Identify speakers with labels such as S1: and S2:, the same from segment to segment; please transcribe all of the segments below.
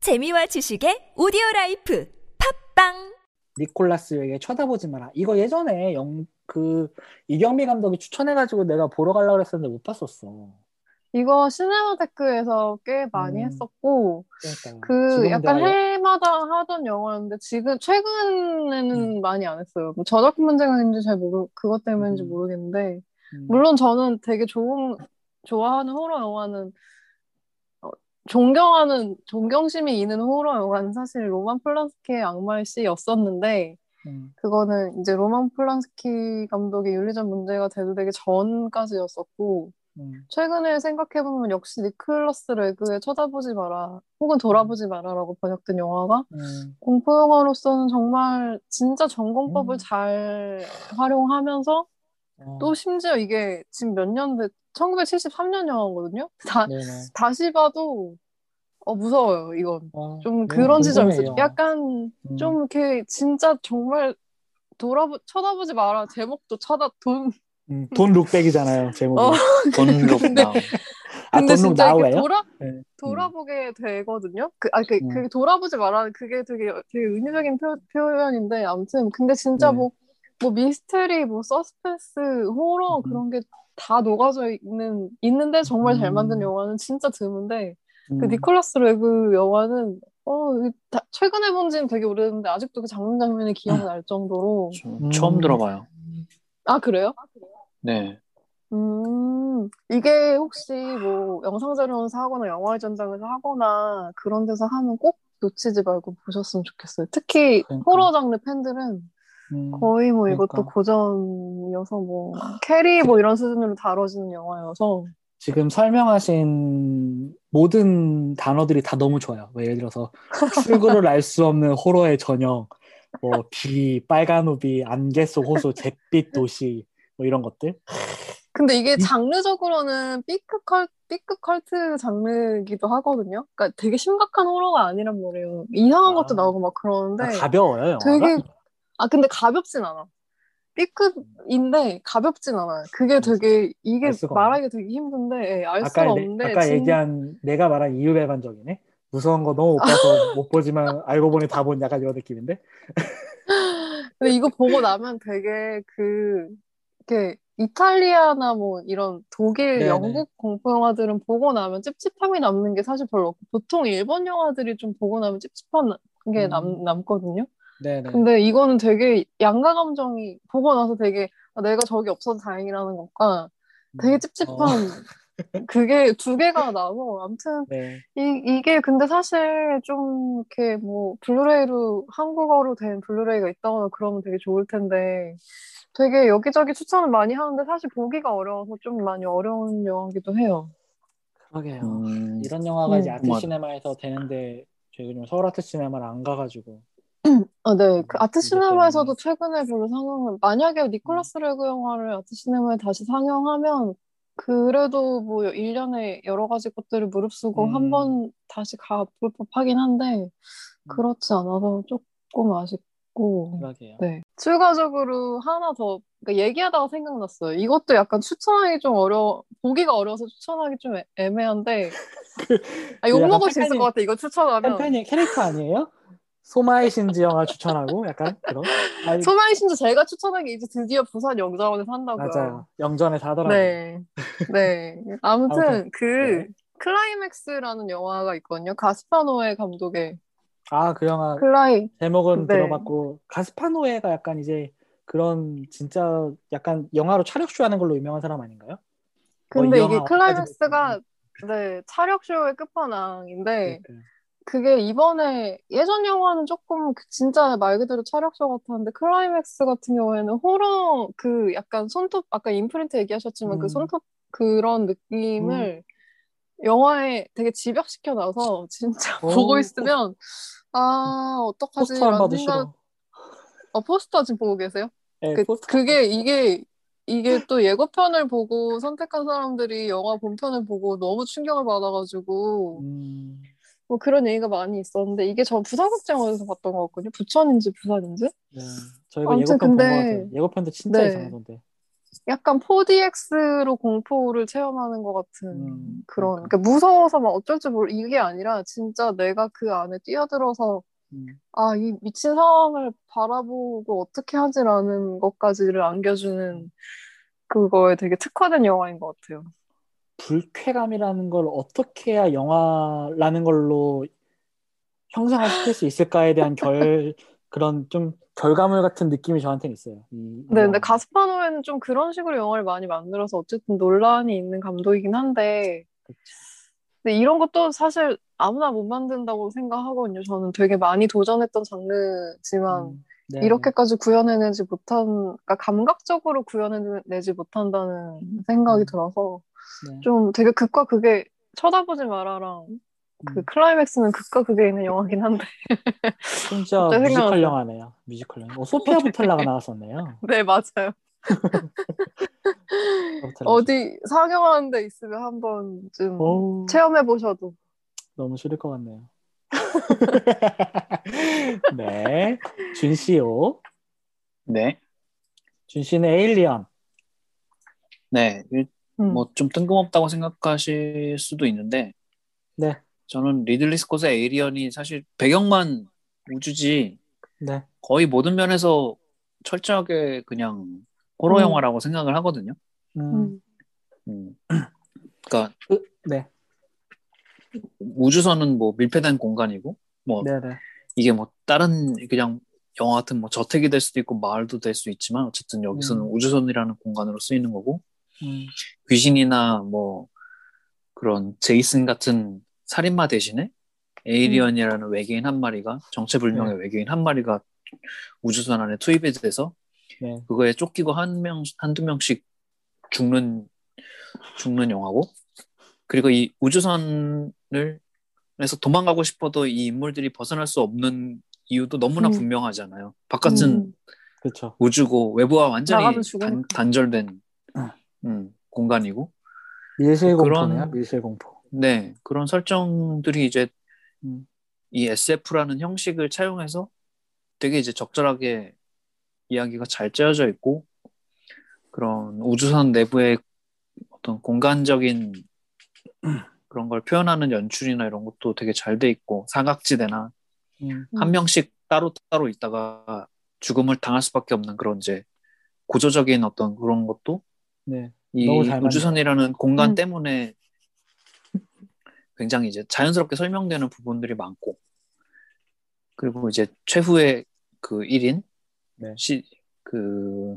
S1: 재미와 지식의 오디오 라이프 팝빵
S2: 니콜라스에게 쳐다보지 마라. 이거 예전에 영, 그 이경미 감독이 추천해가지고 내가 보러 가려고 했었는데 못 봤었어.
S3: 이거 시네마테크에서 꽤 많이
S2: 음.
S3: 했었고
S2: 그러니까
S3: 그
S2: 지금
S3: 약간
S2: 내가
S3: 해마다 하던 영화였는데 지금 최근에는
S2: 음.
S3: 많이 안 했어요. 뭐 저작 문제인지 잘 모르 그것 때문인지
S2: 음.
S3: 모르겠는데
S2: 음,
S3: 물론 저는 되게 좋은 좋아하는 호러 영화는 어, 존경하는 존경심이 있는 호러 영화는 사실 로만 플란스키의 악마의 씨였었는데
S2: 음,
S3: 그거는 이제 로만 플란스키 감독의 윤리적 문제가 대두되기 전까지였었고
S2: 음,
S3: 최근에 생각해보면 역시 니클러스 레그의 쳐다보지 마라 혹은 돌아보지 마라라고 번역된 영화가
S2: 음,
S3: 공포영화로서는 정말 진짜 전공법을
S2: 음.
S3: 잘 활용하면서
S2: 어,
S3: 또 심지어 이게 지금 몇 년 돼, 1973년 영화거든요? 다,
S2: 네네.
S3: 다시 봐도 어, 무서워요, 이건.
S2: 어, 너무
S3: 좀 그런 지점이
S2: 궁금해요.
S3: 있어요. 약간
S2: 음,
S3: 좀 이렇게 진짜 정말 돌아보, 쳐다보지 마라. 제목도 쳐다, 돈.
S2: 음, 돈 룩백이잖아요 제목이.
S3: 어,
S4: 돈룩 나오.
S2: 아돈
S3: 근데
S2: 룩
S3: 진짜 이렇게
S2: 나와요?
S3: 돌아
S2: 네.
S3: 돌아보게 되거든요. 그, 아, 그,
S2: 음.
S3: 그 돌아보지 말라는 그게 되게 되게 의미적인 표, 표현인데 아무튼 근데 진짜
S2: 네.
S3: 뭐, 뭐 미스테리, 뭐 서스펜스, 호러
S2: 음.
S3: 그런 게 다 녹아져 있는 있는데 정말 잘 만든
S2: 음.
S3: 영화는 진짜 드문데 그 니콜라스 레그 영화는 어 이게 다- 최근에 본 지는 되게 오래됐는데 아직도 그 장면 장면이
S2: 아.
S3: 기억날 정도로
S2: 음.
S4: 처음 들어봐요.
S3: 아 그래요?
S4: 네.
S3: 음, 이게 혹시 뭐 영상 자료원에서 하거나 영화 전장에서 하거나 그런 데서 하면 꼭 놓치지 말고 보셨으면 좋겠어요. 특히
S2: 그러니까.
S3: 호러 장르 팬들은
S2: 음,
S3: 거의 뭐 이것도
S2: 그러니까.
S3: 고전이어서 뭐 캐리 뭐 이런 수준으로 다뤄지는 영화여서
S2: 지금 설명하신 모든 단어들이 다 너무 좋아요. 뭐 예를 들어서 출구를 알 수 없는 호러의 전형, 뭐 비, 빨간 우비, 안개 속 호수, 잿빛 도시, 뭐 이런 것들.
S3: 근데
S2: 음.
S3: 이게 장르적으로는 B급 컬 B급 컬트 장르이기도 하거든요. 그러니까 되게 심각한 호러가 아니란 말이에요. 이상한
S2: 아.
S3: 것도 나오고 막 그러는데
S2: 가벼워요, 영화가.
S3: 네. 되게 아 근데 가볍진 않아. B급인데 가볍진 않아. 그게 되게 이게
S2: 알 수가
S3: 말하기가 되게 힘든데 예, 알 수가
S2: 아까, 내-
S3: 없는데
S2: 아까
S3: 진-
S2: 얘기한 내가 말한 이유 배반적이네. 무서운 거 너무 못 봐서 못 보지만 알고 보니 다 본 약간 이런 느낌인데.
S3: 근데 이거 보고 나면 되게 그 이렇게 이탈리아나 뭐 이런 독일,
S2: 네네.
S3: 영국 공포 영화들은 보고 나면 찝찝함이 남는 게 사실 별로 없고 보통 일본 영화들이 좀 보고 나면 찝찝한 게 남,
S2: 음.
S3: 남거든요.
S2: 네네. 음.
S3: 근데 이거는 되게 양가 감정이 보고 나서 되게 아, 내가 저기 없어서 다행이라는 것과 되게 찝찝한
S2: 어.
S3: 그게 두 개가 나고 아무튼
S2: 네.
S3: 이, 이게 근데 사실 좀 이렇게 뭐 블루레이로 한국어로 된 블루레이가 있다거나 그러면 되게 좋을 텐데 되게 여기저기 추천을 많이 하는데 사실 보기가 어려워서 좀 많이 어려운 영화기도 해요.
S2: 그러게요.
S4: 음,
S2: 이런 영화가 이제
S3: 음.
S2: 아트
S4: 맞아.
S2: 시네마에서 되는데 제가 요즘 서울 아트 시네마를 안 가가지고
S3: 아, 네. 그 아트
S2: 음, 이것 때문에.
S3: 시네마에서도 최근에 별로 상영을
S2: 음.
S3: 만약에 니콜라스 레그 영화를 아트 시네마에 다시 상영하면 그래도 뭐 일년에 여러 가지 것들을 무릅쓰고
S2: 음.
S3: 한 번 다시 가볼 법하긴 한데 그렇지 않아서 조금 아쉽고
S2: 그러게요.
S3: 네. 추가적으로 하나 더, 그러니까 얘기하다가 생각났어요. 이것도 약간 추천하기 좀 어려워, 보기가 어려워서 추천하기 좀 애- 애매한데. 아,
S2: 그 약간
S3: 욕먹을 수 있을
S2: 팬이-
S3: 것 같아, 이거 추천하면.
S2: 팬팬이 캐릭터 아니에요? 소마의 신지 영화 추천하고 약간 그런. 아니,
S3: 소망이 심지어 제가 추천한 게 이제 드디어 부산 영자원에서 한다고요.
S2: 맞아요. 영전에서 하더라고요.
S3: 네. 네. 아무튼,
S2: 아무튼,
S3: 그,
S2: 네.
S3: 클라이맥스라는 영화가 있거든요. 가스파노의 감독의
S2: 아 그 영화
S3: 클라이,
S2: 제목은
S3: 네.
S2: 들어봤고 가스파노에가 약간 이제 그런 진짜 약간 영화로 차력쇼 하는 걸로 유명한 사람 아닌가요?
S3: 근데
S2: 어, 이
S3: 이게
S2: 영화
S3: 클라이맥스가, 네, 차력쇼의 끝판왕인데,
S2: 그러니까요.
S3: 그게 이번에 예전 영화는 조금 그 진짜 말 그대로 철학적 같았는데 클라이맥스 같은 경우에는 호러 그 약간 손톱 아까 임프린트 얘기하셨지만
S2: 음.
S3: 그 손톱 그런 느낌을 영화에 되게 집약시켜 놔서 진짜
S2: 오.
S3: 보고 있으면 아 어떡하지
S2: 포스터 안
S3: 라는
S2: 받으시고.
S3: 생각 어 포스터 지금 보고 계세요?
S2: 네,
S3: 그,
S2: 포스터.
S3: 그게 이게 이게 또 예고편을 보고 선택한 사람들이 영화 본편을 보고 너무 충격을 받아가지고
S2: 음,
S3: 뭐 그런 얘기가 많이 있었는데 이게 저 부산국제영화에서 봤던 것 같거든요. 부천인지 부산인지?
S2: 네. 저희가
S3: 아무튼
S2: 예고편 본 것
S3: 근데-
S2: 같아요. 예고편도 진짜
S3: 네.
S2: 이상하던데.
S3: 약간 4DX로 공포를 체험하는 것 같은
S2: 음,
S3: 그런 그러니까 무서워서 막 어쩔 줄 모르 이게 아니라 진짜 내가 그 안에 뛰어들어서
S2: 음.
S3: 아 이 미친 상황을 바라보고 어떻게 하지라는 것까지를 안겨주는 그거에 되게 특화된 영화인 것 같아요.
S2: 불쾌감이라는 걸 어떻게 해야 영화라는 걸로 형상화 시킬 수 있을까에 대한 결 그런 좀 결과물 같은 느낌이 저한테는 있어요. 이,
S3: 네,
S2: 이
S3: 근데
S2: 영화는.
S3: 가스파노에는 좀 그런 식으로 영화를 많이 만들어서 어쨌든 논란이 있는 감독이긴 한데 근데 이런 것도 사실 아무나 못 만든다고 생각하거든요. 저는 되게 많이 도전했던 장르지만
S2: 음, 네,
S3: 이렇게까지 구현해내지 못한, 그러니까 감각적으로 구현해내지 못한다는 생각이
S2: 음.
S3: 들어서
S2: 네.
S3: 좀 되게 극과 극에 쳐다보지 말아랑 그
S2: 음.
S3: 클라이맥스는 극과 극에 있는 영화긴 한데
S2: 진짜
S3: 갑자기
S2: 뮤지컬
S3: 생각났어요.
S2: 영화네요. 뮤지컬 영화. 어, 소피아 부텔라가 나왔었네요.
S3: 네 맞아요
S2: 소피아 부텔라.
S3: 어디 상영하는 데 있으면 한번 좀
S2: 어우,
S3: 체험해 보셔도
S2: 너무 싫을 것 같네요. 네, 준 씨요.
S4: 네.
S2: 준 씨는 에일리언.
S4: 네. 일-
S3: 음.
S4: 뭐 좀 뜬금없다고 생각하실 수도 있는데
S2: 네,
S4: 저는 리들리 스콧의 에이리언이 사실 배경만 우주지
S2: 네,
S4: 거의 모든 면에서 철저하게 그냥 호러
S3: 음.
S4: 영화라고 생각을 하거든요.
S2: 음,
S3: 음.
S4: 음. 그러니까
S2: 으, 네,
S4: 우주선은 뭐 밀폐된 공간이고 뭐
S2: 네, 네,
S4: 이게 뭐 다른 그냥 영화 같은 뭐 저택이 될 수도 있고 마을도 될 수 있지만 어쨌든 여기서는
S2: 음.
S4: 우주선이라는 공간으로 쓰이는 거고
S2: 음,
S4: 귀신이나 뭐 그런 제이슨 같은 살인마 대신에 에이리언이라는 외계인 한 마리가
S3: 네.
S4: 정체불명의 외계인 한 마리가 우주선 안에 투입이 돼서
S2: 네.
S4: 그거에 쫓기고 한 명, 한두 명씩 죽는, 죽는 영화고. 그리고 이 우주선을, 에서 도망가고 싶어도 이 인물들이 벗어날 수 없는 이유도 너무나
S3: 음.
S4: 분명하잖아요. 바깥은
S3: 음.
S2: 그렇죠.
S4: 우주고 외부와 완전히
S3: 나가면 죽으니까.
S4: 단, 단절된
S3: 어.
S2: 음.
S4: 음, 공간이고.
S2: 밀실
S4: 그런-
S2: 공포네요. 밀실 공포.
S4: 네, 그런 설정들이 이제
S2: 음.
S4: 이 SF라는 형식을 차용해서 되게 이제 적절하게 이야기가 잘 짜여져 있고 그런 우주선 내부의 어떤 공간적인 그런 걸 표현하는 연출이나 이런 것도 되게 잘 돼 있고 사각지대나
S2: 음,
S3: 음.
S4: 한 명씩 따로 따로 있다가 죽음을 당할 수밖에 없는 그런 이제 구조적인 어떤 그런 것도
S2: 네.
S4: 이
S2: 너무 잘 만들어요.
S4: 우주선이라는 공간
S3: 음.
S4: 때문에 굉장히 이제 자연스럽게 설명되는 부분들이 많고 그리고 이제 최후의 그 1인
S2: 네.
S4: 시, 그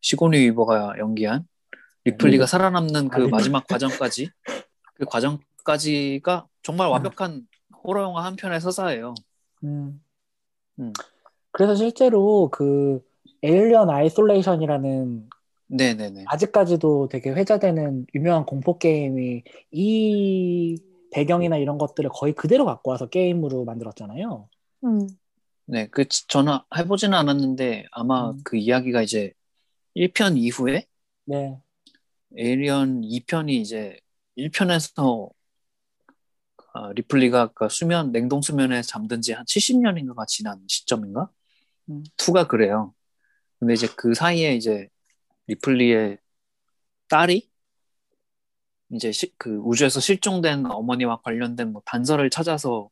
S4: 시고니 위버가 연기한 리플리가 살아남는 그
S2: 아, 리플리.
S4: 마지막 과정까지 그 과정까지가 정말 완벽한 호러 영화 한 편의 서사예요.
S2: 음.
S4: 음.
S2: 그래서 실제로 그 에일리언 아이솔레이션이라는
S4: 네네네.
S2: 아직까지도 되게 회자되는 유명한 공포 게임이 이 배경이나 이런 것들을 거의 그대로 갖고 와서 게임으로 만들었잖아요.
S3: 음.
S4: 네, 그 지- 저는 해보지는 않았는데 아마
S2: 음.
S4: 그 이야기가 이제 1편 이후에
S2: 네.
S4: 에일리언 2편이 이제 1편에서 리플리가 아까 수면 냉동 수면에 잠든 지 한 70년인가가 지난 시점인가?
S2: 음.
S4: 2가 그래요. 근데 이제 그 사이에 이제 리플리의 딸이 이제 시- 그 우주에서 실종된 어머니와 관련된 뭐 단서를 찾아서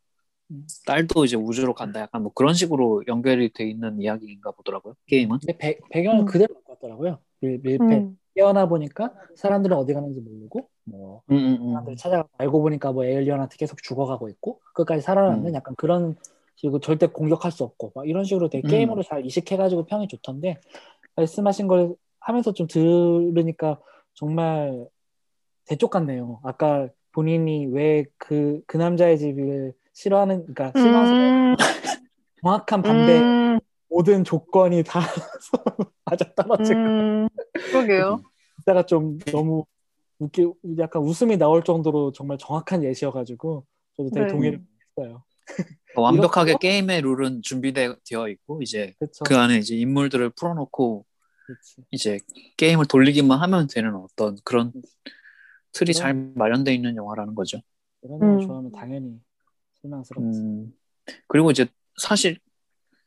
S2: 음.
S4: 딸도 이제 우주로 간다 약간 뭐 그런 식으로 연결이 돼 있는 이야기인가 보더라고요. 게임은.
S2: 근데 배, 배경을
S3: 음.
S2: 그대로 갖고 왔더라고요. 밀, 밀폐.
S3: 음.
S2: 깨어나 보니까 사람들은 어디 가는지 모르고 뭐
S4: 음, 음, 음.
S2: 사람들 찾아가 알고 보니까 뭐 에일리언한테 계속 죽어가고 있고 끝까지 살아남는
S4: 음.
S2: 약간 그런 식으로 절대 공격할 수 없고 막 이런 식으로 되게
S4: 음.
S2: 게임으로 잘 이식해가지고 평이 좋던데 말씀하신 걸 하면서 좀 들으니까 정말 대쪽 같네요. 아까 본인이 왜 그 그 남자의 집을 싫어하는 그러니까 싫어하는
S3: 음.
S2: 정확한 반대
S3: 음.
S2: 모든 조건이 다 맞아 떨어지고
S3: 음. 그러게요.
S2: 이따가 좀 너무 웃기 약간 웃음이 나올 정도로 정말 정확한 예시여가지고 저도 되게
S3: 네.
S2: 동의를 했어요.
S4: 완벽하게
S2: 이렇게-
S4: 게임의 룰은 준비되어 있고 이제
S2: 그렇죠.
S4: 그 안에 이제 인물들을 풀어놓고
S2: 그렇지.
S4: 이제 게임을 돌리기만 하면 되는 어떤 그런
S2: 그럼-
S4: 틀이 잘 마련되어 있는 영화라는 거죠.
S2: 이런 거
S3: 음.
S2: 좋아하면 당연히 실망스럽지.
S4: 음, 그리고 이제 사실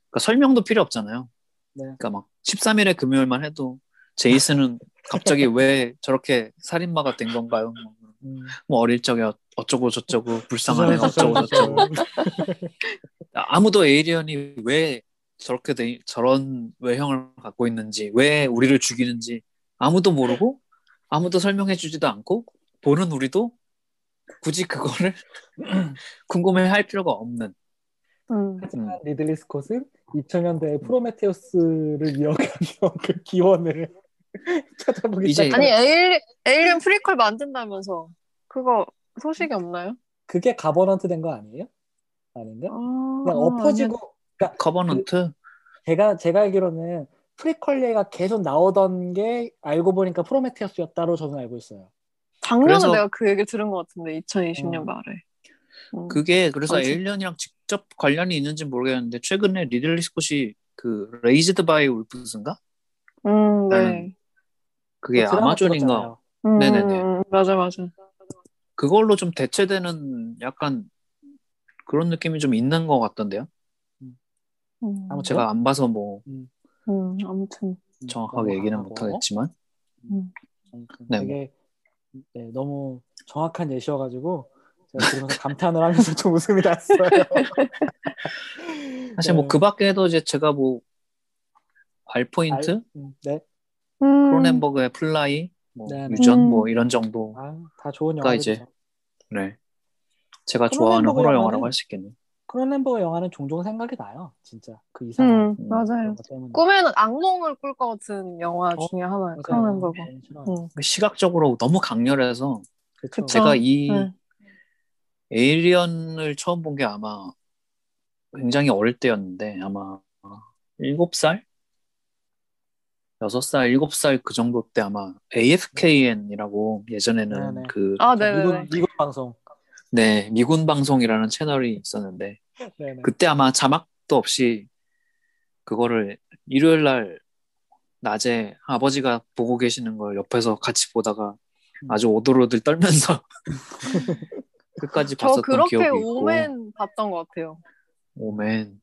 S4: 그러니까 설명도 필요 없잖아요.
S2: 네.
S4: 그러니까 막 13일의 금요일만 해도 제이슨은 갑자기 왜 저렇게 살인마가 된 건가요? 뭐,
S2: 음,
S4: 뭐 어릴 적에 어- 어쩌고 저쩌고 불쌍한 애가 어쩌고 저쩌고 아무도 에이리언이 왜 저렇게 돼, 저런 외형을 갖고 있는지 왜 우리를 죽이는지 아무도 모르고 아무도 설명해주지도 않고 보는 우리도 굳이 그거를 궁금해할 필요가 없는
S3: 음.
S4: 음.
S2: 리들리 스콧은 2000년대 프로메테우스를 이어가며 그 기원을 찾아보기
S4: 이제-
S2: 시작.
S3: 아니 에일, 에일리언 프리퀄 만든다면서 그거 소식이 없나요?
S2: 그게 가버넌트 된 거 아니에요? 아닌가? 그냥 엎어지고
S4: 커버넌트
S2: 제가 제가 알기로는 프리퀄리가 계속 나오던 게 알고 보니까 프로메테우스였다로 저는 알고 있어요.
S3: 작년에
S4: 그래서-
S3: 내가 그 얘기 들은 것 같은데 2020년
S2: 음.
S3: 말에. 음.
S4: 그게 그래서
S3: 아무튼.
S4: 에일리언이랑 직접 관련이 있는지 는 모르겠는데 최근에 리들리 스콧이 그 레이즈드 바이 울프스인가
S3: 음,
S4: 나는
S3: 네.
S4: 그게
S2: 그 드라마
S4: 아마존인가
S2: 들었잖아요.
S3: 음,
S4: 네네네.
S3: 음, 맞아 맞아.
S4: 그걸로 좀 대체되는 약간 그런 느낌이 좀 있는 것 같던데요.
S3: 음,
S2: 아무튼.
S4: 제가 안 봐서 뭐
S3: 음, 아무튼.
S2: 음,
S4: 정확하게 얘기는
S2: 넘어가고.
S4: 못하겠지만
S2: 아무튼
S4: 네,
S2: 되게 네, 너무 정확한 예시여가지고 제가 들으면서 감탄을 하면서 좀 웃음이 났어요.
S4: 사실
S2: 네.
S4: 뭐 그 밖에도 이제 제가 뭐 알포인트,
S2: 음, 네,
S3: 음,
S4: 크로넨버그의 플라이, 뭐
S2: 네, 네.
S4: 유전 뭐
S3: 음.
S4: 이런 정도.
S2: 아, 다 좋은
S4: 그러니까
S2: 영화죠.
S4: 이제- 네. 제가 좋아하는
S2: 크로넨버그
S4: 호러
S2: 영화는-
S4: 영화라고 할 수 있겠네요.
S2: 크로넨버거 영화는 종종 생각이 나요. 진짜 그 이상한
S3: 음,
S4: 음.
S3: 맞아요.
S2: 영화 때문에.
S3: 꿈에는 악몽을 꿀 것 같은 영화
S2: 어,
S3: 중에 하나예요.
S2: 맞아요.
S3: 크로넨버거.
S2: 네, 싫어요.
S3: 음.
S4: 시각적으로 너무 강렬해서
S2: 그쵸.
S3: 그쵸.
S4: 제가 이
S3: 네.
S4: 에일리언을 처음 본 게 아마 굉장히 어릴 때였는데 아마 7살? 6살, 7살 그 정도 때 아마 AFKN이라고 예전에는
S2: 네. 네네.
S4: 그
S3: 아, 네네네.
S2: 미군, 미군 방송.
S4: 네, 미군 방송이라는 채널이 있었는데
S2: 네네.
S4: 그때 아마 자막도 없이 그거를 일요일 날 낮에 아버지가 보고 계시는 걸 옆에서 같이 보다가
S3: 음.
S4: 아주 오돌오돌 떨면서 끝까지
S3: 저
S4: 봤었던
S3: 그렇게
S4: 기억이 있고
S3: 오맨 봤던 것 같아요.
S4: 오맨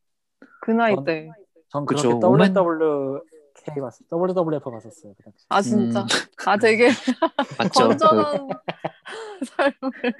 S3: 그 나이
S4: 아,
S2: 전-
S3: 때.
S2: 전
S4: 그쵸.
S2: 그렇게 WWK 봤어요. WWF 봤었어요. 그 당시.
S3: 아 진짜.
S4: 음.
S3: 아 되게
S4: 맞죠? 그
S3: 건전한 삶을.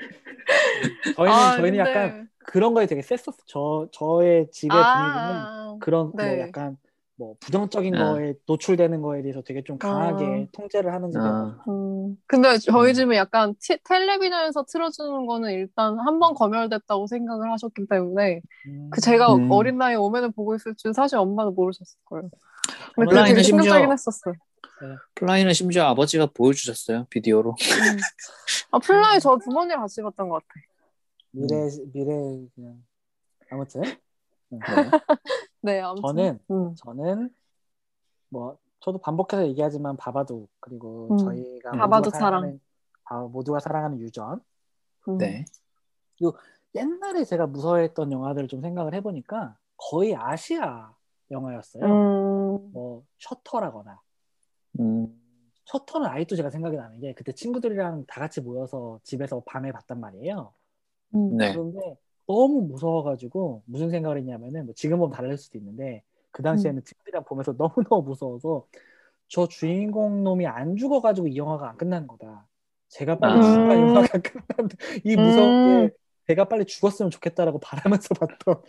S2: 저희는
S3: 아,
S2: 저희는
S3: 근데-
S2: 약간 그런 거에 되게 셌었어. 저 저의 집의 분위기는
S3: 아,
S2: 그런 뭐
S3: 네.
S2: 약간 뭐 부정적인
S4: 네.
S2: 거에 노출되는 거에 대해서 되게 좀 강하게
S3: 아.
S2: 통제를 하는 집이어서
S4: 아.
S3: 음, 근데 저희
S4: 음.
S3: 집은 약간 티- 텔레비전에서 틀어주는 거는 일단 한 번 검열됐다고 생각을 하셨기 때문에
S2: 음.
S3: 그 제가
S4: 음.
S3: 어린 나이에 오면을 보고 있을 줄 사실 엄마는 모르셨을 거예요. 근데 그게
S4: 온라인은
S3: 되게
S4: 심지어-
S3: 충격적이긴 했었어요.
S4: 플라이는 심지어 아버지가 보여주셨어요 비디오로.
S3: 음. 아 플라이 저 부모님 같이 봤던 것 같아.
S2: 미래 미래 그냥 아무튼
S4: 네.
S3: 네 아무튼.
S2: 저는
S3: 음.
S2: 저는 뭐 저도 반복해서 얘기하지만 바바도 그리고
S3: 음.
S2: 저희가 모두가
S3: 바바도
S2: 사랑하는 바- 모두가 사랑하는 유전
S3: 음.
S4: 네.
S2: 옛날에 제가 무서워했던 영화들을 좀 생각을 해보니까 거의 아시아 영화였어요.
S3: 음.
S2: 뭐 셔터라거나
S4: 음,
S2: 셔터는 아직도 제가 생각이 나는 게 그때 친구들이랑 다 같이 모여서 집에서 밤에 봤단 말이에요.
S3: 음.
S4: 네.
S2: 그런데 너무 무서워가지고 무슨 생각을 했냐면은 뭐 지금 보면 다를 수도 있는데 그 당시에는
S3: 음.
S2: 친구들이랑 보면서 너무너무 무서워서 저 주인공 놈이 안 죽어가지고 이 영화가 안 끝난 거다. 제가 빨리
S4: 아.
S2: 죽어야 이 영화가 끝난다. 이 무서운
S3: 음.
S2: 게 제가 빨리 죽었으면 좋겠다라고 바라면서 봤던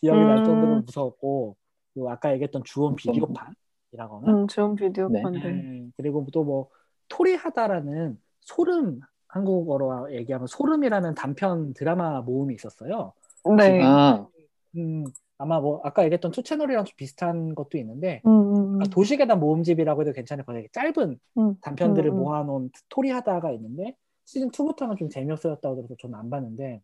S2: 기억이 날 정도로
S3: 음.
S2: 무서웠고 그리고 아까 얘기했던 주온 비디오판이라거나
S3: 음, 좋은 비디오
S4: 네.
S3: 판데.
S2: 음, 그리고 또 뭐 토리하다라는 소름 한국어로 얘기하면 소름이라는 단편 드라마 모음이 있었어요.
S3: 네.
S4: 아,
S2: 음, 아마 뭐 아까 얘기했던 투 채널이랑 좀 비슷한 것도 있는데
S3: 음, 음, 음.
S2: 아, 도시계단 모음집이라고 해도 괜찮을 거예요. 짧은
S3: 음.
S2: 단편들을
S3: 음, 음.
S2: 모아놓은 토리하다가 있는데 시즌 2부터는 좀 재미없어졌다고 들어서 저는 안 봤는데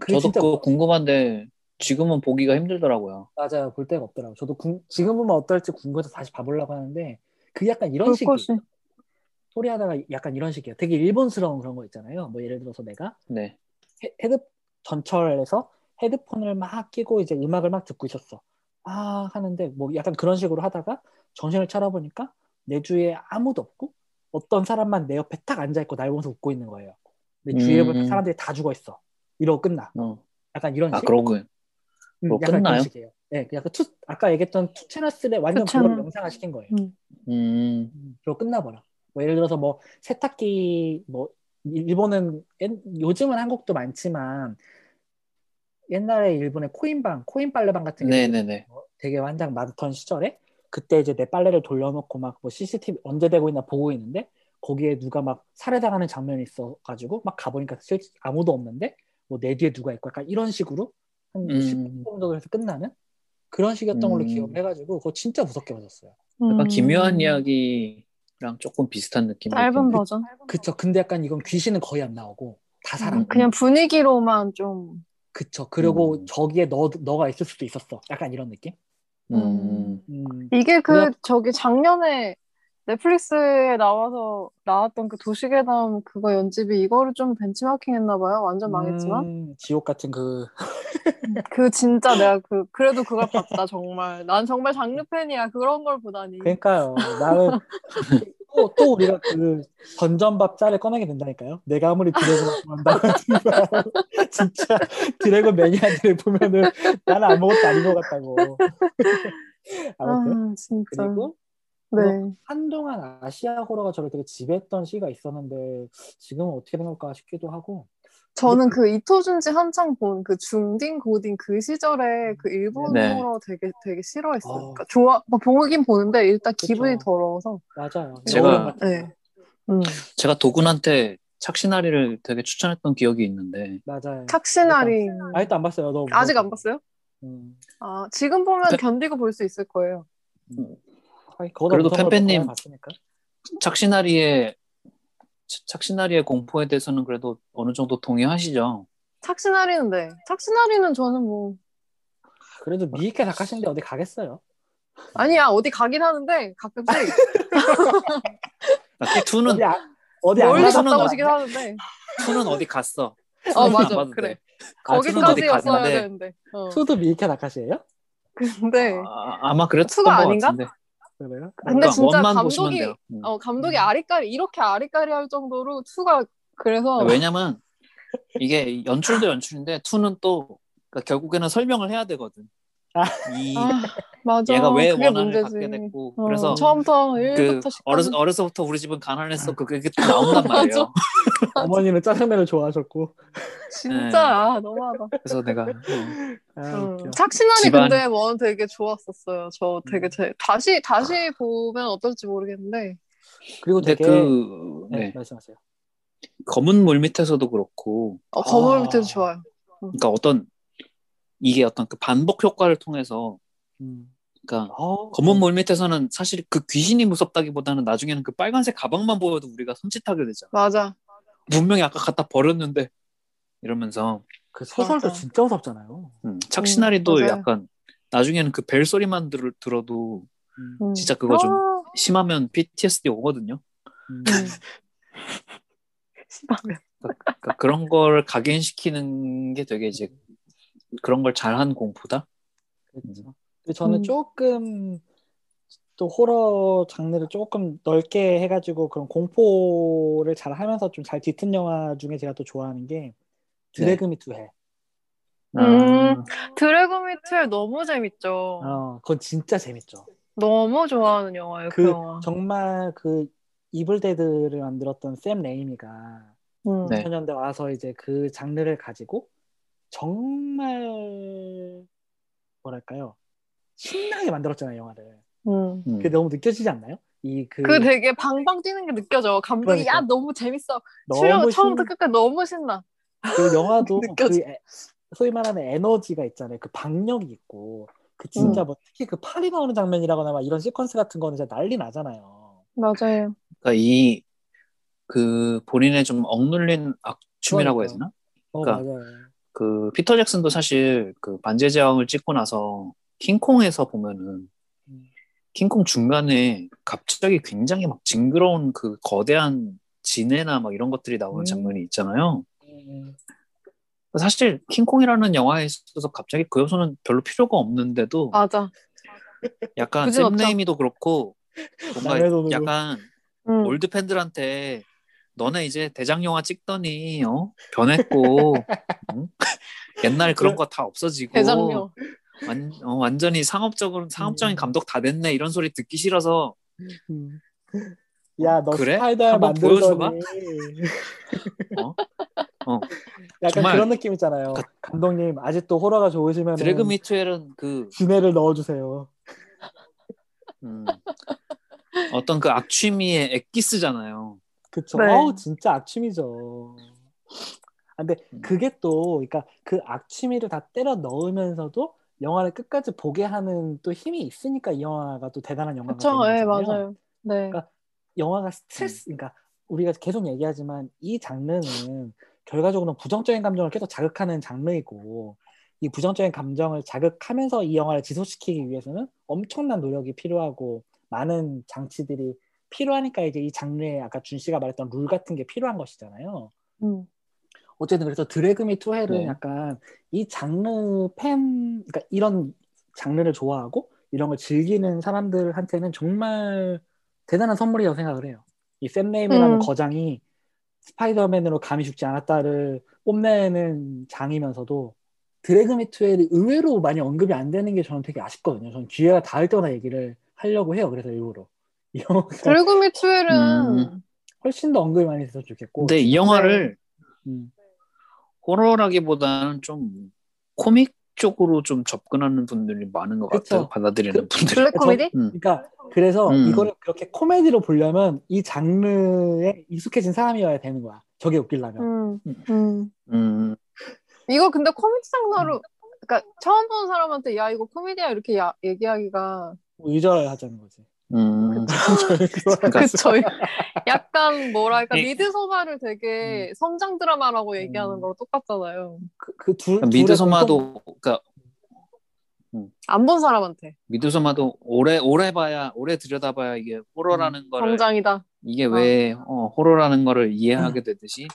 S2: 그게
S4: 저도
S2: 진짜
S4: 그거 궁금한데 지금은 보기가 힘들더라고요.
S2: 맞아요. 볼 데가 없더라고요. 저도 궁- 지금 보면 어떨지 궁금해서 다시 봐보려고 하는데 그게 약간 이런
S3: 볼
S2: 식이에요.
S3: 것이-
S2: 토리하다가 약간 이런 식이에요. 되게 일본스러운 그런 거 있잖아요. 뭐 예를 들어서 내가
S4: 네.
S2: 헤- 헤드 전철에서 헤드폰을 막 끼고 이제 음악을 막 듣고 있었어. 아 하는데 뭐 약간 그런 식으로 하다가 정신을 차려보니까 내 주위에 아무도 없고 어떤 사람만 내 옆에 딱 앉아 있고 날 보면서 웃고 있는 거예요. 내 주위에
S4: 음.
S2: 보니까 사람들이 다 죽어 있어. 이러고 끝나.
S4: 어.
S2: 약간 이런
S4: 아
S2: 식.
S4: 그러고
S2: 음,
S4: 뭐
S2: 약간
S4: 끝나요?
S2: 그런 식이에요. 네, 약간 투, 아까 얘기했던 투 채널스를 완전
S3: 투 채널.
S2: 그걸 영상화 시킨 거예요.
S3: 음.
S4: 음,
S2: 음, 그러고 끝나버려. 뭐 예를 들어서 뭐 세탁기 뭐 일본은 옛- 요즘은 한국도 많지만 옛날에 일본의 코인방, 코인 빨래방 같은 게
S4: 네네네.
S2: 뭐 되게 한창 많던 시절에 그때 이제 내 빨래를 돌려놓고 막 뭐 CCTV 언제 되고 있나 보고 있는데 거기에 누가 막 살해당하는 장면이 있어가지고 막 가보니까 실 아무도 없는데 뭐 내 뒤에 누가 있고 약간 이런 식으로 한
S4: 음.
S2: 10분 정도 해서 끝나는 그런 식이었던 걸로
S4: 음.
S2: 기억을 해가지고 그거 진짜 무섭게 봤었어요.
S4: 약간
S3: 음.
S4: 기묘한 이야기랑 조금 비슷한 느낌.
S3: 짧은 버전.
S2: 그쵸. 근데 약간 이건 귀신은 거의 안 나오고 다 사람.
S3: 음, 그냥 분위기로만 좀.
S2: 그쵸. 그리고
S4: 음.
S2: 저기에 너, 너가 있을 수도 있었어. 약간 이런 느낌?
S4: 음.
S2: 음,
S3: 이게 그
S2: 그냥-
S3: 저기 작년에 넷플릭스에 나와서 나왔던 그 도시괴담 그거 연집이 이거를 좀 벤치마킹했나 봐요. 완전 망했지만
S2: 음, 지옥 같은 그
S3: 그 진짜 내가 그 그래도 그걸 봤다 정말. 난 정말 장르 팬이야. 그런 걸 보다니.
S2: 그러니까요. 나는 또, 또 우리가 그 전전밥 짤을 꺼내게 된다니까요. 내가 아무리 드래곤을 좋아한다. 진짜 드래곤 매니아들을 보면은 나는 아무것도 아닌 것 같다고. 아무튼
S3: 아 진짜.
S2: 그리고
S3: 네.
S2: 한동안 아시아 호러가 저를 되게 지배했던 시기가 있었는데 지금은 어떻게 된 걸까 싶기도 하고
S4: 뭐
S3: 저는 그 이토준지 한창 본 그 중딩 고딩 그 시절에 그
S4: 네.
S3: 일본어로 되게 되게 싫어했어요.
S2: 어.
S3: 그러니까 좋아 뭐 보긴 보는데 일단
S2: 그쵸.
S3: 기분이 더러워서.
S2: 맞아요.
S4: 제가-
S2: 여우랑 같은
S3: 네.
S2: 거.
S3: 음.
S4: 제가 도군한테 착신아리를 되게 추천했던 기억이 있는데
S2: 맞아요.
S3: 착신아리
S2: 아직도 안 봤어요. 너
S3: 아직 안 봤어요?
S2: 음.
S3: 아, 지금 보면
S4: 근데-
S3: 견디고 볼 수 있을 거예요.
S2: 아니, 그거보다
S4: 그래도
S2: 무서운 걸
S4: 팬팬님-
S2: 못 봤으니까.
S4: 착신아리의 착- 착신아리의 공포에 대해서는 그래도 어느 정도 동의하시죠?
S3: 착신아리는 네. 착신아리는 저는 뭐
S2: 그래도 미익해 작가신데 어디 가겠어요?
S3: 아니야 어디 가긴 하는데 가끔씩
S4: 그러니까 투는
S2: 어디 안, 어디 안
S3: 멀리
S4: 가서는
S3: 갔다
S4: 안
S3: 오시긴 하는데
S4: 투는 어디 갔어?
S3: 어
S4: 투는 안
S3: 맞아
S4: 봐도
S3: 그래
S4: 돼. 아, 투는 어디
S3: 거기까지였어야
S4: 갔는데.
S3: 되는데 어. 네.
S2: 수도 미익해 나카시예요?
S3: 근데
S4: 아, 아마 그랬던 것
S3: 투가 아닌가?
S4: 같은데.
S2: 그러면
S3: 근데
S4: 그러니까
S3: 진짜
S4: 원만
S3: 감독이-
S4: 보시면 돼요. 음.
S3: 어 감독이 아리까리 이렇게 아리까리 할 정도로 투가 그래서
S4: 왜냐면 이게 연출도 연출인데 투는 또 그러니까 결국에는 설명을 해야 되거든.
S2: 아.
S4: 이
S3: 아 맞아
S4: 얘가 왜
S3: 그게
S4: 원한을
S3: 문제지
S4: 갖게 됐고
S3: 어,
S4: 그래서
S3: 처음부터 아.
S4: 그
S3: 1부터 10까지
S4: 어려서 어려서부터 우리 집은 가난했어 그게 그때 나온단 말이에요.
S2: 어머니는 짜장면을 좋아하셨고
S4: 네.
S3: 진짜 아, 너무하다
S4: 그래서 내가 어,
S2: 아,
S3: 음,
S2: 웃겨.
S3: 착신하니
S4: 집안-
S3: 근데 원 되게 좋았었어요. 저 되게 제, 다시 다시 보면 어떨지 모르겠는데
S2: 그리고
S4: 근데
S2: 되게
S4: 그
S2: 네,
S4: 네,
S2: 말씀하세요.
S4: 검은 물 밑에서도 그렇고
S3: 어, 거물
S2: 아.
S3: 밑에도 좋아요.
S4: 그러니까 어떤 이게 어떤 그 반복 효과를 통해서
S2: 음.
S4: 그러니까
S2: 어,
S3: 음.
S4: 검은 물 밑에서는 사실 그 귀신이 무섭다기보다는 나중에는 그 빨간색 가방만 보여도 우리가 손짓하게 되잖아.
S3: 맞아.
S4: 분명히 아까 갖다 버렸는데 이러면서
S2: 그 소설도
S3: 맞아.
S2: 진짜 무섭잖아요.
S4: 음, 착시나리도
S3: 맞아요.
S4: 약간 나중에는 그 벨 소리만 들, 들어도
S2: 음,
S3: 음.
S4: 진짜 그거 좀
S3: 아,
S4: 심하면 PTSD 오거든요.
S2: 음.
S3: 음. 심하면.
S4: 그러니까 그런 걸 각인시키는 게 되게 이제 그런 걸 잘한 공포다.
S2: 그렇죠. 근데 저는
S3: 음.
S2: 조금 또 호러 장르를 조금 넓게 해가지고 그런 공포를 잘 하면서 좀 잘 짙은 영화 중에 제가 또 좋아하는
S4: 네.
S2: 게 드래그 미투 해.
S4: 아,
S3: 음. 드래곤 미트에 너무 재밌죠.
S2: 어, 그건 진짜 재밌죠.
S3: 너무 좋아하는 영화예요. 그,
S2: 그
S3: 영화.
S2: 정말 그 이블데드를 만들었던 샘 레이미가
S3: 음.
S4: 네.
S2: 2000년대 와서 이제 그 장르를 가지고 정말 뭐랄까요 신나게 만들었잖아요 영화를
S3: 음.
S4: 음.
S2: 그게 너무 느껴지지 않나요? 이그
S3: 그 되게 방방 뛰는 게 느껴져. 감독이
S2: 그러니까.
S3: 야 너무 재밌어. 출연
S2: 너무
S3: 처음부터
S2: 신-
S3: 끝까지 너무 신나.
S2: 그 영화도 그
S3: 느껴져.
S2: 에- 소위 말하는 에너지가 있잖아요 그 박력이 있고 그
S4: 음.
S2: 진짜 뭐 특히 그 팔이 나오는 장면이라거나 막 이런 시퀀스 같은 거는 진짜 난리 나잖아요
S3: 맞아요.
S4: 그러니까 이 그 본인의 좀 억눌린 악춤이라고 해야
S2: 그러니까요.
S4: 되나?
S2: 어
S4: 그러니까
S2: 맞아요
S4: 그 피터 잭슨도 사실 그 반지의 제왕을 찍고 나서 킹콩에서 보면은
S2: 음.
S4: 킹콩 중간에 갑자기 굉장히 막 징그러운 그 거대한 지네나 막 이런 것들이 나오는
S2: 음.
S4: 장면이 있잖아요.
S2: 음,
S4: 사실 킹콩이라는 영화에 있어서 갑자기 그 요소는 별로 필요가 없는데도
S3: 맞아.
S4: 약간
S3: 굳이 없죠.
S4: 샘 레이미도 그렇고 뭔가
S2: 남의 돈으로.
S4: 약간
S3: 음.
S4: 올드 팬들한테 너네 이제 대장 영화 찍더니 어? 변했고 응? 옛날 그런 거 다 없어지고
S3: 대장녀.
S4: 완, 어, 완전히 상업적으로 상업적인
S2: 음.
S4: 감독 다 됐네 이런 소리 듣기 싫어서
S2: 음. 야 너
S4: 그래?
S2: 스파이더맨
S4: 한번
S2: 만들더니
S4: 보여줘봐. 어? 어.
S2: 약간
S4: 정말.
S2: 그런 느낌 있잖아요. 감독님 아직도 호러가 좋으시면
S4: 드래그 미투엘은 그
S2: 진해를 넣어주세요.
S4: 음, 어떤 그 악취미의 액기스잖아요.
S2: 그쵸.
S3: 네.
S2: 어우, 진짜 악취미죠. 아, 근데 그게 또, 그러니까 그 악취미를 다 때려 넣으면서도 영화를 끝까지 보게 하는 또 힘이 있으니까 이 영화가 또 대단한 영화가
S3: 그쵸,
S2: 되는
S3: 예,
S2: 거잖아요.
S3: 맞아요. 네.
S2: 그러니까 영화가 스트레스, 그러니까 우리가 계속 얘기하지만 이 장르는 결과적으로 부정적인 감정을 계속 자극하는 장르이고 이 부정적인 감정을 자극하면서 이 영화를 지속시키기 위해서는 엄청난 노력이 필요하고 많은 장치들이 필요하니까 이제 이 장르에 아까 준 씨가 말했던 룰 같은 게 필요한 것이잖아요. 어.
S3: 음.
S2: 어쨌든 그래서 드래그미 투헬은
S4: 네.
S2: 약간 이 장르 팬, 그러니까 이런 장르를 좋아하고 이런 걸 즐기는 사람들한테는 정말 대단한 선물이라고 생각을 해요. 이 샘네임이라는
S3: 음.
S2: 거장이 스파이더맨으로 감이 죽지 않았다를 뽐내는 장이면서도 드래그미 투헬이 의외로 많이 언급이 안 되는 게 저는 되게 아쉽거든요. 저는 기회가 닿을 때마다 얘기를 하려고 해요. 그래서 일부러 이 영화가
S3: 드래그미 투엘은
S4: 음.
S2: 훨씬 더 언급이 많이 됐으면 좋겠고.
S4: 근데 이 영화를
S2: 음.
S4: 호러라기보다는 좀 코믹 쪽으로 좀 접근하는 분들이 많은 것
S2: 그쵸.
S4: 같아요. 받아들이는 분들.
S3: 블랙 코미디?
S4: 음.
S2: 그러니까 그래서
S4: 음.
S2: 이거를 그렇게 코미디로 보려면 이 장르에 익숙해진 사람이어야 되는 거야. 저게 웃기려면.
S3: 음. 음.
S4: 음,
S3: 이거 근데 코믹 장르로 그러니까 처음 보는 사람한테 야 이거 코미디야 이렇게 야- 얘기하기가
S2: 뭐 유절하자는 거지.
S4: 음. 그러니까
S3: 그쵸 약간 뭐랄까
S4: 예.
S3: 미드소마를 되게 성장 드라마라고 얘기하는
S2: 음.
S3: 거랑 똑같잖아요
S2: 그둘
S4: 그러니까 미드소마도 그러니까
S3: 안 본 사람한테
S4: 미드소마도 오래 오래 봐야 오래 들여다봐야 이게
S2: 음.
S4: 호러라는 거를
S3: 성장이다
S4: 이게 왜 어, 호러라는 거를
S3: 음.
S4: 이해하게 되듯이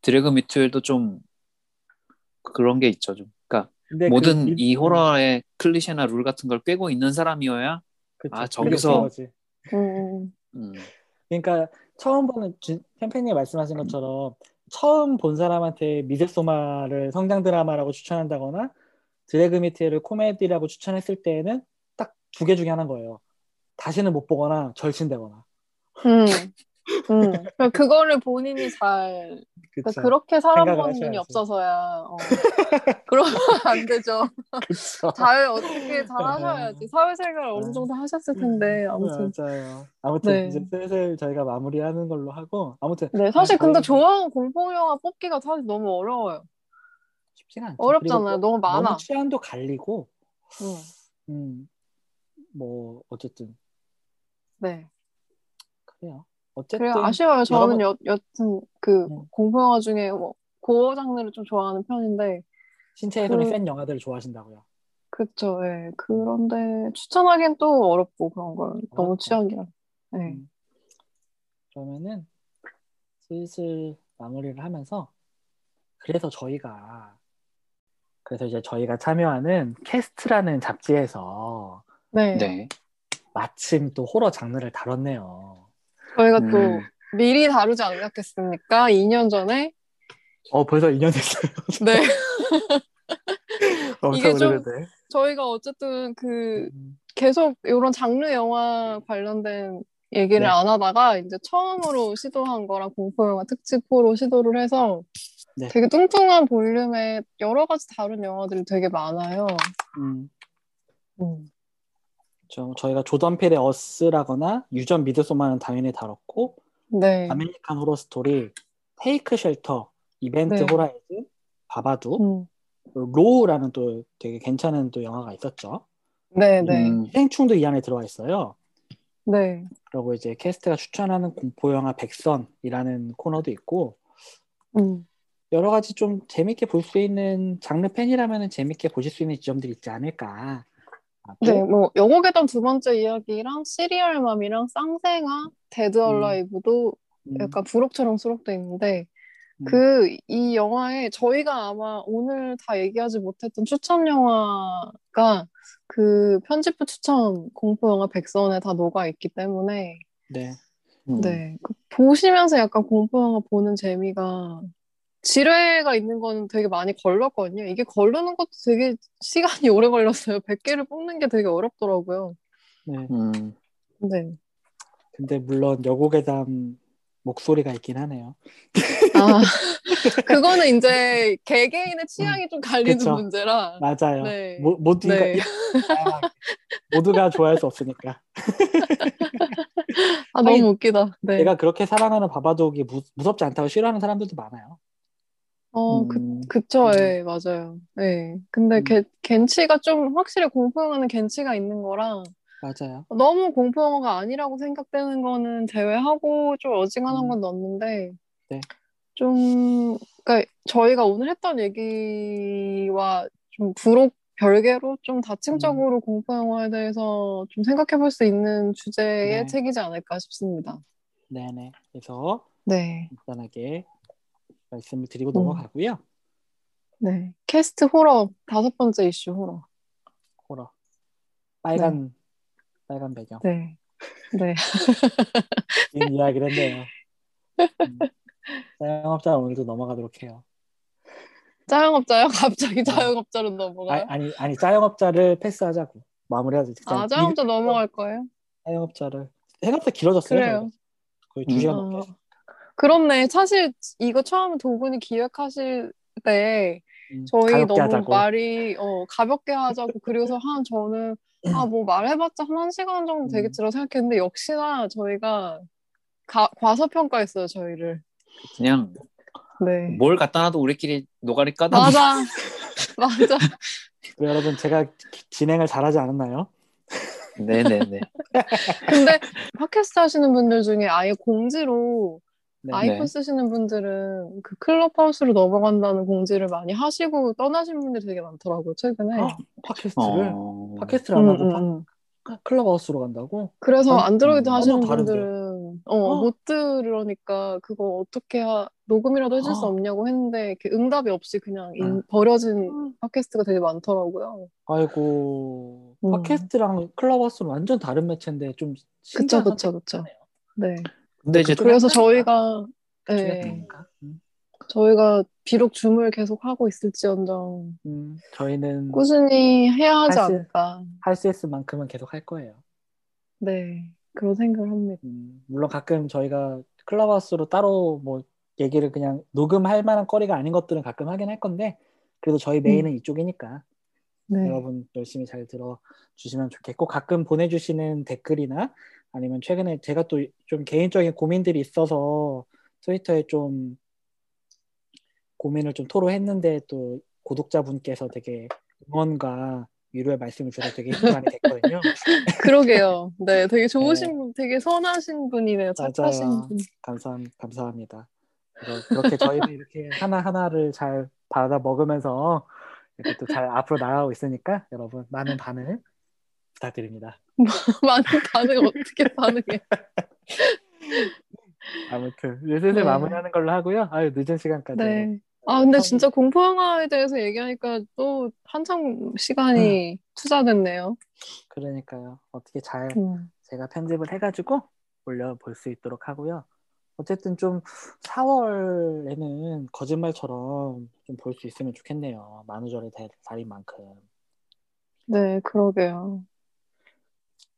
S4: 드래그 미투엘도 좀 그런 게 있죠. 좀. 그러니까
S3: 네,
S4: 모든 이
S2: 음,
S4: 호러의 클리셰나 룰 같은 걸 꿰고 있는 사람이어야
S2: 그렇죠.
S4: 아, 저기서-
S3: 음.
S4: 음,
S2: 그러니까 처음 보는 진- 캠페인이 말씀하신 것처럼 처음 본 사람한테 미드소마를 성장 드라마라고 추천한다거나 드래그 미트를 코미디라고 추천했을 때에는 딱 두 개 중에 하나인 거예요. 다시는 못 보거나 절친되거나.
S3: 음. 음. 그러니까 그거를 본인이 잘 그러니까
S2: 그쵸?
S3: 그렇게 사람
S2: 생각을
S3: 보는 눈이
S2: 하셔야지.
S3: 없어서야 어. 그러면 안 되죠
S4: 그러니까
S2: 그쵸?
S3: 잘 어떻게
S2: 네.
S3: 잘 하셔야지 사회생활 어느 정도 하셨을 텐데 아무튼
S2: 음, 맞아요. 아무튼
S3: 네.
S2: 이제 슬슬 저희가 마무리하는 걸로 하고 아무튼
S3: 네, 사실
S2: 아,
S3: 근데
S2: 저희는-
S3: 좋아하는 공포 영화 뽑기가 사실 너무 어려워요.
S2: 쉽지가 않죠.
S3: 어렵잖아요.
S2: 아, 그리고
S3: 너무
S2: 또
S3: 많아.
S2: 너무 취향도 갈리고
S3: 응.
S2: 음, 뭐 어쨌든
S3: 네.
S2: 그래요.
S3: 그래
S2: 어쨌든
S3: 요 아쉬워요. 저는
S2: 여러분-
S3: 여, 여튼 그
S2: 음.
S3: 공포 영화 중에 뭐 고어 장르를 좀 좋아하는 편인데
S2: 신체의 소리
S3: 그-
S2: 팬 영화들을 좋아하신다고요.
S3: 그쵸. 예. 그런데 추천하기엔 또 어렵고 그런 걸 너무
S2: 어렵죠.
S3: 취향이라.
S2: 아,
S3: 네.
S2: 그렇죠. 음. 그러면은 슬슬 마무리를 하면서 그래서 저희가 그래서 이제 저희가 참여하는 캐스트라는 잡지에서
S3: 네.
S4: 네.
S2: 마침 또 호러 장르를 다뤘네요.
S3: 저희가
S4: 음.
S3: 또 미리 다루지 않았겠습니까? 2년 전에.
S2: 어 벌써 2년 됐어요.
S3: 네.
S2: 엄청
S3: 이게 좀-
S2: 오래됐네.
S3: 저희가 어쨌든 그
S2: 음.
S3: 계속 이런 장르 영화 관련된 얘기를
S2: 네.
S3: 안 하다가 이제 처음으로 시도한 거랑 공포 영화 특집으로 시도를 해서
S2: 네.
S3: 되게 뚱뚱한 볼륨에 여러 가지 다른 영화들이 되게 많아요.
S2: 음, 저, 저희가 조던필의 어스라거나 유전 미드소마는 당연히 다뤘고
S3: 네.
S2: 아메리칸 호러 스토리, 테이크 쉘터, 이벤트
S3: 네.
S2: 호라이즌, 바바두,
S3: 음.
S2: 로우라는 또 되게 괜찮은 또 영화가 있었죠.
S3: 네, 네,
S4: 음,
S2: 희생충도 이 안에 들어와 있어요.
S3: 네.
S2: 그리고 이제 캐스트가 추천하는 공포 영화 백선이라는 코너도 있고
S3: 음.
S2: 여러 가지 좀 재밌게 볼 수 있는 장르 팬이라면 재밌게 보실 수 있는 지점들이 있지 않을까. 아, 하고
S3: 네, 뭐 영어 괴담 두 번째 이야기랑 시리얼맘이랑 쌍생아, 데드 얼라이브도
S2: 음,
S3: 약간 부록처럼 수록돼 있는데
S2: 음.
S3: 그 이 영화에 저희가 아마 오늘 다 얘기하지 못했던 추천 영화가 그 편집부 추천 공포 영화 백선에 다 녹아 있기 때문에
S2: 네.
S4: 음.
S3: 네. 그 보시면서 약간 공포 영화 보는 재미가 지뢰가 있는 거는 되게 많이 걸렸거든요. 이게 걸르는 것도 되게 시간이 오래 걸렸어요. 100개를 뽑는 게 되게 어렵더라고요.
S2: 네.
S4: 음.
S3: 네.
S2: 근데 물론 여고괴담 목소리가 있긴 하네요.
S3: 아, 그거는 이제 개개인의 취향이 좀 갈리는
S2: 음. 그쵸.
S3: 문제라.
S2: 맞아요. 뭐
S3: 네.
S2: 모, 모두가
S3: 네.
S2: 다양하게. 모두가 좋아할 수 없으니까.
S3: 아, 너무
S2: 하긴
S3: 웃기다. 네.
S2: 내가 그렇게 사랑하는 바바족이 무, 무섭지 않다고 싫어하는 사람들도 많아요.
S3: 어, 그,
S4: 음,
S3: 그쵸,
S2: 음.
S3: 예, 맞아요. 예. 근데
S2: 음.
S3: 개, 겐치가 좀 확실히 공포영화는 겐치가 있는 거랑
S2: 맞아요.
S3: 너무 공포영화가 아니라고 생각되는 거는 제외하고 좀 어지간한
S2: 음.
S3: 건 넣었는데
S2: 네.
S3: 좀, 그러니까 저희가 오늘 했던 얘기와 좀 부록 별개로 좀
S2: 음.
S3: 다층적으로 공포영화에 대해서 좀 생각해 볼 수 있는 주제의
S2: 네.
S3: 책이지 않을까 싶습니다.
S2: 네네. 그래서
S3: 네.
S2: 간단하게 말씀을 드리고
S3: 음.
S2: 넘어가고요.
S3: 네. 캐스트 호러, 다섯 번째 이슈 호러.
S2: 호러. 빨간 빨간 배경.
S3: 네. 네.
S2: 긴 이야기를 했네요. 음. 사용업자 오늘도 넘어가도록 해요.
S3: 자영업자요? 갑자기 자영업자로 넘어가요?
S2: 아, 니 아니 사용업자를 패스하자고 마무리하자.
S3: 아, 자영업자 넘어갈 거예요?
S2: 사용업자를 생각보다 길어졌어요.
S3: 그래요.
S2: 저희가. 거의 두
S4: 음.
S2: 시간 넘게.
S3: 어, 그렇네. 사실 이거 처음 도군이 기획하실 때
S2: 음,
S3: 저희
S2: 가볍게
S3: 너무
S2: 하자고.
S3: 말이 어, 가볍게 하자고 그리고서 한 저는 아 뭐 말해봤자 한 1시간 정도
S2: 음.
S3: 되겠지라고 생각했는데 역시나 저희가 가- 과소평가했어요 저희를.
S4: 그냥
S3: 네.
S4: 뭘 갖다 놔도 우리끼리 노가리
S2: 뭐
S4: 까다 놓-
S3: 맞아. 맞아.
S2: 그리고 여러분 제가 기- 진행을 잘하지 않았나요?
S4: 네네네
S3: 근데 팟캐스트 하시는 분들 중에 아예 공지로
S2: 네.
S3: 아이폰 쓰시는 분들은 그 클럽하우스로 넘어간다는 공지를 많이 하시고 떠나신 분들이 되게 많더라고요, 최근에.
S2: 아, 팟캐스트를
S4: 어...
S2: 팟캐스트를 안
S3: 음,
S2: 하고
S3: 음,
S2: 팟-
S3: 음.
S2: 클럽하우스로 간다고?
S3: 그래서
S2: 완-
S3: 안드로이드
S4: 음,
S3: 하시는
S2: 완전 다른데.
S3: 분들은 어,
S2: 어.
S3: 못 들으니까 그거 어떻게 하, 녹음이라도 해줄 수
S2: 어.
S3: 없냐고 했는데 이렇게 응답이 없이 그냥 인-
S2: 음.
S3: 버려진 팟캐스트가 되게 많더라고요.
S2: 아이고
S3: 음.
S2: 팟캐스트랑 클럽하우스는 완전 다른 매체인데 좀
S3: 그쵸,
S2: 신기한
S3: 그쵸, 그쵸. 네.
S4: 근데 이제
S2: 그쪽에
S3: 그래서
S2: 한다니까.
S3: 저희가
S2: 그쪽에
S3: 네.
S2: 한다니까. 음.
S3: 저희가 비록 줌을 계속 하고 있을지언정
S2: 음, 저희는
S3: 꾸준히 해야 하지
S2: 사실-
S3: 않을까.
S2: 할 수 있을 만큼은 계속 할 거예요.
S3: 네. 그런 생각을 합니다.
S2: 음, 물론 가끔 저희가 클럽하우스로 따로 뭐 얘기를 그냥 녹음할 만한 거리가 아닌 것들은 가끔 하긴 할 건데 그래도
S3: 음.
S2: 저희 메인은 이쪽이니까
S3: 네.
S2: 여러분 열심히 잘 들어주시면 좋겠고 가끔 보내주시는 댓글이나 아니면 최근에 제가 또 좀 개인적인 고민들이 있어서 트위터에 좀 고민을 좀 토로했는데 또 구독자분께서 되게 응원과 위로의 말씀을 주셔서 되게 힘이 많이 됐거든요.
S3: 그러게요. 네, 되게 좋으신 분, 되게 선하신 분이네요. 착하신
S2: 맞아요.
S3: 분.
S2: 감사, 감사합니다. 그래서 그렇게 저희는 이렇게 하나하나를 잘 받아 먹으면서 이렇게 또 잘 앞으로 나가고 있으니까 여러분 많은 반응 부탁드립니다.
S3: 많은 반응 어떻게 반응해?
S2: 아무튼 이제 슬슬
S3: 네.
S2: 마무리하는 걸로 하고요. 아유 늦은 시간까지.
S3: 네. 아, 근데 진짜 공포 영화에 대해서 얘기하니까 또 한참
S2: 네.
S3: 시간이 투자됐네요.
S2: 그러니까요. 어떻게 잘
S3: 음.
S2: 제가 편집을 해가지고 올려볼 수 있도록 하고요. 어쨌든 좀 4월에는 거짓말처럼 좀 볼 수 있으면 좋겠네요. 만우절의 달- 달인 만큼.
S3: 네, 그러게요.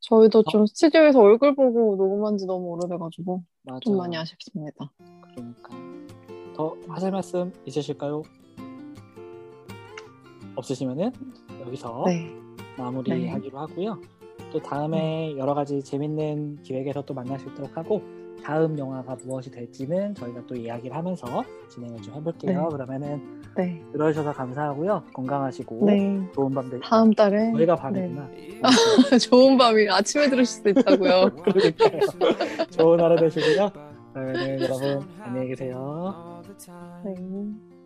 S3: 저희도
S2: 아.
S3: 좀 스튜디오에서 얼굴 보고 녹음한 지 너무 오래돼가지고
S2: 맞아요.
S3: 좀 많이 아쉽습니다.
S2: 그러니까 더 하실 말씀 있으실까요? 없으시면은 여기서
S3: 네.
S2: 마무리하기로 하고요. 또 다음에
S3: 네.
S2: 여러 가지 재밌는 기획에서 또 만날 수 있도록 하고 다음 영화가 무엇이 될지는 저희가 또 이야기를 하면서 진행을 좀 해볼게요.
S3: 네.
S2: 그러면은
S3: 네.
S2: 들어주셔서 감사하고요. 건강하시고
S3: 네.
S2: 좋은 밤 되세요.
S3: 다음 달에.
S2: 어?
S3: 네.
S2: 저희가 밤이구나.
S3: 좋은 밤이 아침에 들으실 수 있다고요.
S2: 그러니까요. 좋은 하루 되시고요. 그러면 여러분 안녕히 계세요.
S3: 네.